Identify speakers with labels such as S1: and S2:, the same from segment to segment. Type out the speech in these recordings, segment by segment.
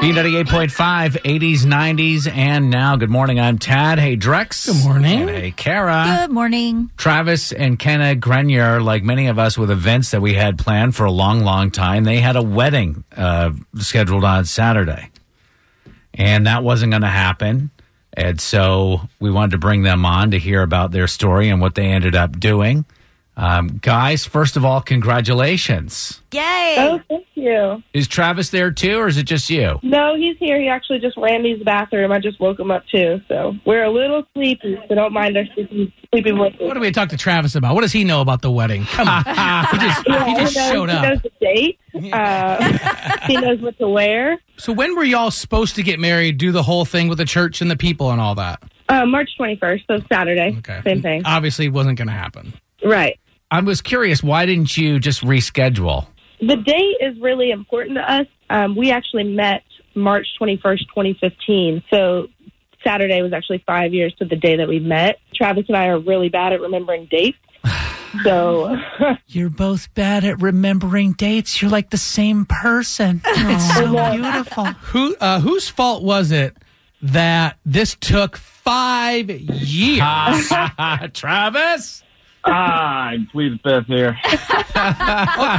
S1: B98.5, 80s, 90s, and now. Good morning. I'm Tad. Hey, Drex.
S2: Good morning.
S1: And hey, Kara.
S3: Good morning.
S1: Travis and Kenna Grenier, like many of us with events that we had planned for a long, long time, they had a wedding uh, scheduled on Saturday. And that wasn't going to happen. And so we wanted to bring them on to hear about their story and what they ended up doing. Um, guys, first of all, congratulations.
S3: Yay.
S4: Oh, thank you.
S1: Is Travis there too, or is it just you?
S4: No, he's here. He actually just ran to the bathroom. I just woke him up too, so we're a little sleepy. So don't mind our sleepy, sleepy voices.
S2: What do we talk to Travis about? What does he know about the wedding? Come on. he just,
S4: Yeah,
S2: he just
S4: knows,
S2: showed
S4: he
S2: up.
S4: knows the date. Uh, he knows what to wear.
S2: So when were y'all supposed to get married, do the whole thing with the church and the people and all that?
S4: Uh, March twenty first, so Saturday.
S2: Okay. Uh,
S4: Same thing.
S2: Obviously wasn't going to happen.
S4: right.
S1: I was curious, why didn't you just reschedule?
S4: The date is really important to us. Um, we actually met March 21st, 2015. So Saturday was actually five years to the day that we met. Travis and I are really bad at remembering dates. So
S2: You're both bad at remembering dates. You're like the same person. It's so beautiful. Who uh, whose fault was it that this took five years?
S1: Travis?
S5: Ah, please, Beth here.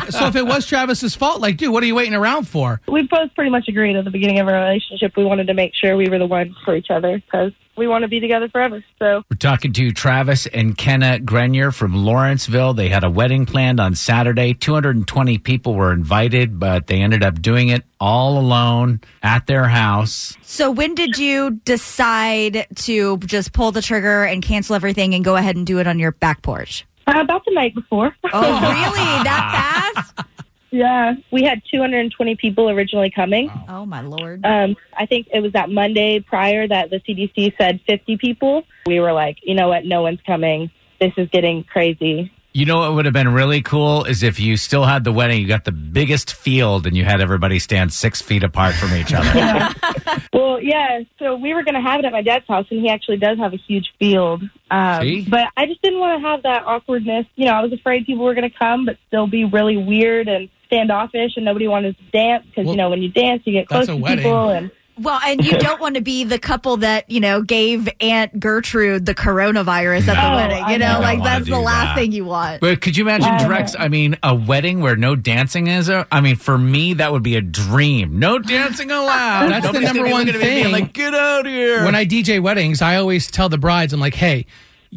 S2: so if it was Travis's fault, like, dude, what are you waiting around for?
S4: we both pretty much agreed at the beginning of our relationship. We wanted to make sure we were the ones for each other because we want to be together forever. So
S1: We're talking to Travis and Kenna Grenier from Lawrenceville. They had a wedding planned on Saturday. 220 people were invited, but they ended up doing it all alone at their house.
S3: So, when did you decide to just pull the trigger and cancel everything and go ahead and do it on your back porch?
S4: uh, about the night before.
S3: Oh, really? That fast?
S4: yeah. We had 220 people originally coming.
S3: Oh, my lord.
S4: Um, I think it was that Monday prior that the CDC said 50 people. We were like, you know what? No one's coming. This is getting crazy.
S1: You know what would have been really cool is if you still had the wedding, you got the biggest field and you had everybody stand six feet apart from each other.
S4: Well, yeah. So we were going to have it at my dad's house, and he actually does have a huge field. Um,
S1: See?
S4: But I just didn't want to have that awkwardness. You know, I was afraid people were going to come, but still be really weird and standoffish, and nobody wanted to dance because
S2: Well,
S4: you know when you dance, you get
S2: that's
S4: close
S2: a
S4: to
S2: wedding.
S4: people, and
S3: Well, and you don't want to be the couple that, you know, gave Aunt Gertrude the coronavirus at the
S4: No,
S3: wedding.
S4: I
S3: You know,
S4: don't
S3: like
S1: wanna
S3: that's
S1: do
S3: the last
S1: that.
S3: thing you want.
S1: but could you imagine, Drex? I mean, a wedding where no dancing is? A, I mean, for me, that would be a dream. No dancing allowed.
S2: That's the
S1: Nobody's gonna
S2: number
S1: be
S2: one
S1: looking at me being
S2: thing.
S1: Like, get out of here.
S2: When I DJ weddings, I always tell the brides, I'm like, hey,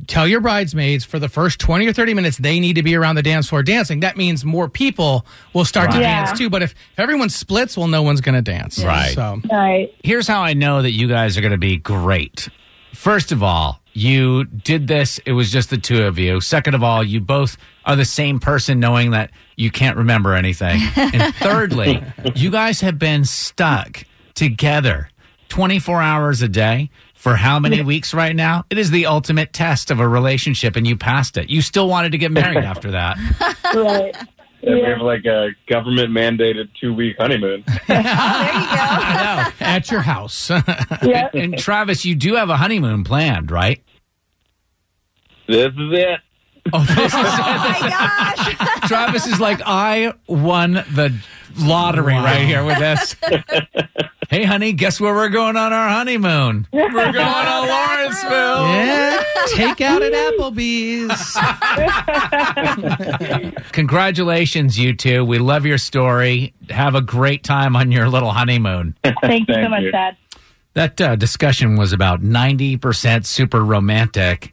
S2: tell your bridesmaids for the first 20 or 30 minutes, they need to be around the dance floor dancing. That means more people will start to
S4: Right. Yeah.
S2: dance too. But if everyone splits, well, no one's going to dance.
S1: Right.
S2: So
S4: right.
S1: here's how I know that you guys are going to be great. First of all, you did this. It was just the two of you. Second of all, you both are the same person, knowing that you can't remember anything. And thirdly, you guys have been stuck together 24 hours a day for how many weeks right now? It is the ultimate test of a relationship, and you passed it. You still wanted to get married after that.
S4: right.
S5: Yeah, We have like a government mandated two week honeymoon.
S2: I know. at your house.
S4: Yeah.
S1: And Travis, you do have a honeymoon planned, right?
S5: this is it.
S1: Oh, this is
S3: Oh, my gosh.
S1: Travis is like, I won the lottery right here with this. hey, honey, guess where we're going on our honeymoon? We're going to Lawrenceville.
S2: yeah. Take out at Applebee's.
S1: Congratulations, you two. We love your story. Have a great time on your little honeymoon.
S4: Thank you so
S5: Thank
S4: much,
S5: you.
S4: Dad.
S1: That uh, discussion was about 90% super romantic.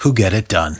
S6: who get it done.